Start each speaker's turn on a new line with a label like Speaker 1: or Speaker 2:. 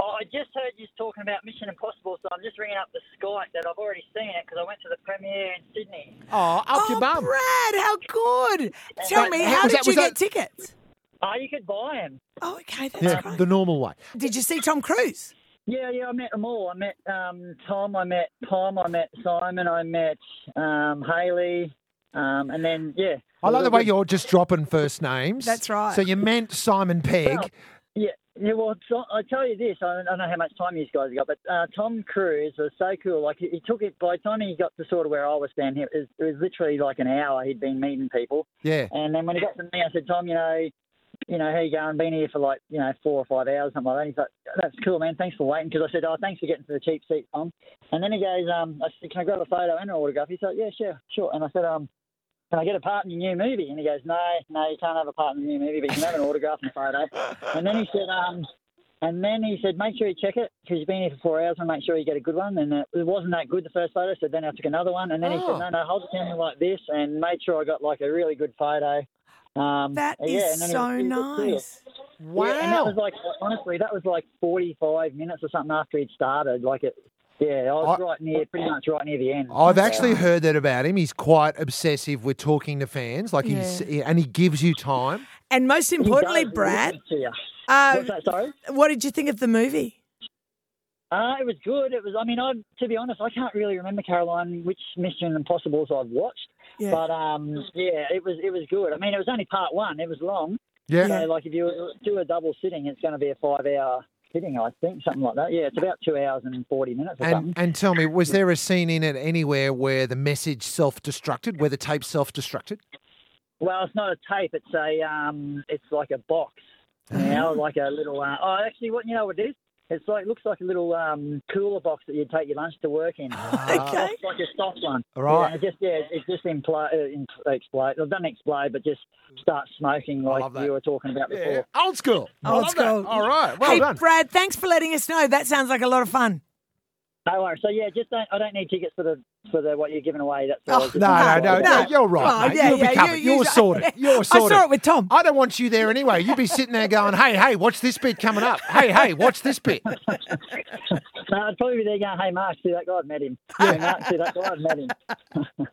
Speaker 1: Oh, I just heard you talking about Mission Impossible, so I'm just ringing up the Skype that I've already seen it because I went to the premiere in Sydney.
Speaker 2: Oh, up your bum.
Speaker 3: Brad, how good! Tell
Speaker 2: But
Speaker 3: me,
Speaker 2: how
Speaker 3: how
Speaker 2: was
Speaker 3: did
Speaker 2: that-
Speaker 3: you
Speaker 2: was
Speaker 3: get
Speaker 2: that-
Speaker 3: tickets?
Speaker 1: Oh, you could buy them.
Speaker 3: Oh, okay, that's
Speaker 2: Yeah,
Speaker 3: great.
Speaker 2: the normal way.
Speaker 3: Did you see Tom Cruise?
Speaker 1: Yeah, yeah, I met them all. I met um, Tom, I met Tom, I met Simon, I met um, Haley, um, and then, yeah.
Speaker 2: I like the way you're just dropping first names.
Speaker 3: That's right.
Speaker 2: So you meant Simon Pegg.
Speaker 1: Yeah, yeah. Well, so, I tell you this. I don't, I don't know how much time you guys got, but uh, Tom Cruise was so cool. Like he, he took it by the time he got to sort of where I was standing, it was, it was literally like an hour. He'd been meeting people,
Speaker 2: Yeah.
Speaker 1: and then when he got to me, I said, Tom, you know, you know, how you going? Been here for like you know four or five hours, something like that. He's like, that's cool, man. Thanks for waiting. Because I said, oh, thanks for getting to the cheap seat, Tom. And then he goes, um, I said, can I grab a photo and an autograph? He's like, yeah, sure, sure. And I said, um. Can I get a part in your new movie? And he goes, No, no, you can't have a part in your new movie, but you can have an autograph and a photo. And then he said, um, and then he said, make sure you check it because you've been here for four hours and make sure you get a good one. And uh, it wasn't that good the first photo, so then I took another one. And then he
Speaker 2: Oh.
Speaker 1: said, no, no, hold it down like this and made sure I got like a really good photo. Um,
Speaker 3: That is
Speaker 1: yeah, and then he-
Speaker 3: so
Speaker 1: he was cool.
Speaker 3: nice.
Speaker 2: Wow.
Speaker 1: Yeah, and that was like honestly, that was like forty-five minutes or something after he'd started. Like it, yeah, I was
Speaker 2: I-
Speaker 1: right near, pretty much right near the end.
Speaker 2: I've actually heard that about him. He's quite obsessive with talking to fans, like he's and he gives you time.
Speaker 3: And most
Speaker 1: He
Speaker 3: importantly,
Speaker 1: does
Speaker 3: Brad,
Speaker 1: listen to you.
Speaker 3: uh,
Speaker 1: What's that? Sorry.
Speaker 3: what did you think of the movie?
Speaker 1: Uh, it was good. It was. I mean, I to be honest, I can't really remember Caroline which Mission Impossible's I've watched,
Speaker 3: Yeah.
Speaker 1: but um, yeah, it was it was good. I mean, it was only part one. It was long.
Speaker 2: Yeah.
Speaker 1: So, like, if you do a double sitting, it's going to be a five-hour sitting, I think, something like that. Yeah, it's about two hours and forty minutes or
Speaker 2: And
Speaker 1: something.
Speaker 2: and tell me, was there a scene in it anywhere where the message self-destructed, where the tape self-destructed?
Speaker 1: Well, it's not a tape. It's a um, it's like a box. You know, like a little. Uh, oh, actually, what you know what it is? It's like looks like a little um, cooler box that you'd take your lunch to work in.
Speaker 3: Okay.
Speaker 1: It's like a soft one.
Speaker 2: All Ah. right.
Speaker 1: Yeah, it just yeah, it just impl- uh, in- explode. It doesn't explode, but just start smoking like
Speaker 2: love that.
Speaker 1: you were talking about before.
Speaker 2: Old school. I
Speaker 3: Old
Speaker 2: love that.
Speaker 3: school.
Speaker 2: All right. Well
Speaker 3: hey,
Speaker 2: done.
Speaker 3: Brad, thanks for letting us know. That sounds like a lot of fun.
Speaker 1: No worries. So yeah, just don't. I don't need tickets for the for the what you're giving away. That's
Speaker 3: Oh,
Speaker 1: all. Just-
Speaker 2: No, no, no,
Speaker 3: No.
Speaker 2: no, You're right.
Speaker 3: Oh,
Speaker 2: mate.
Speaker 3: yeah,
Speaker 2: You'll
Speaker 3: yeah,
Speaker 2: be covered.
Speaker 3: you-
Speaker 2: You, are
Speaker 3: you-
Speaker 2: sorted. You're
Speaker 3: I
Speaker 2: sorted.
Speaker 3: saw it with Tom.
Speaker 2: I don't want you there anyway. You'd be sitting there going, "Hey, hey, watch this bit coming up. Hey, hey, watch this bit."
Speaker 1: No, I'd probably be there going, "Hey, Mark, see that guy? I've met him. Yeah, Mark, see that guy? I've met him."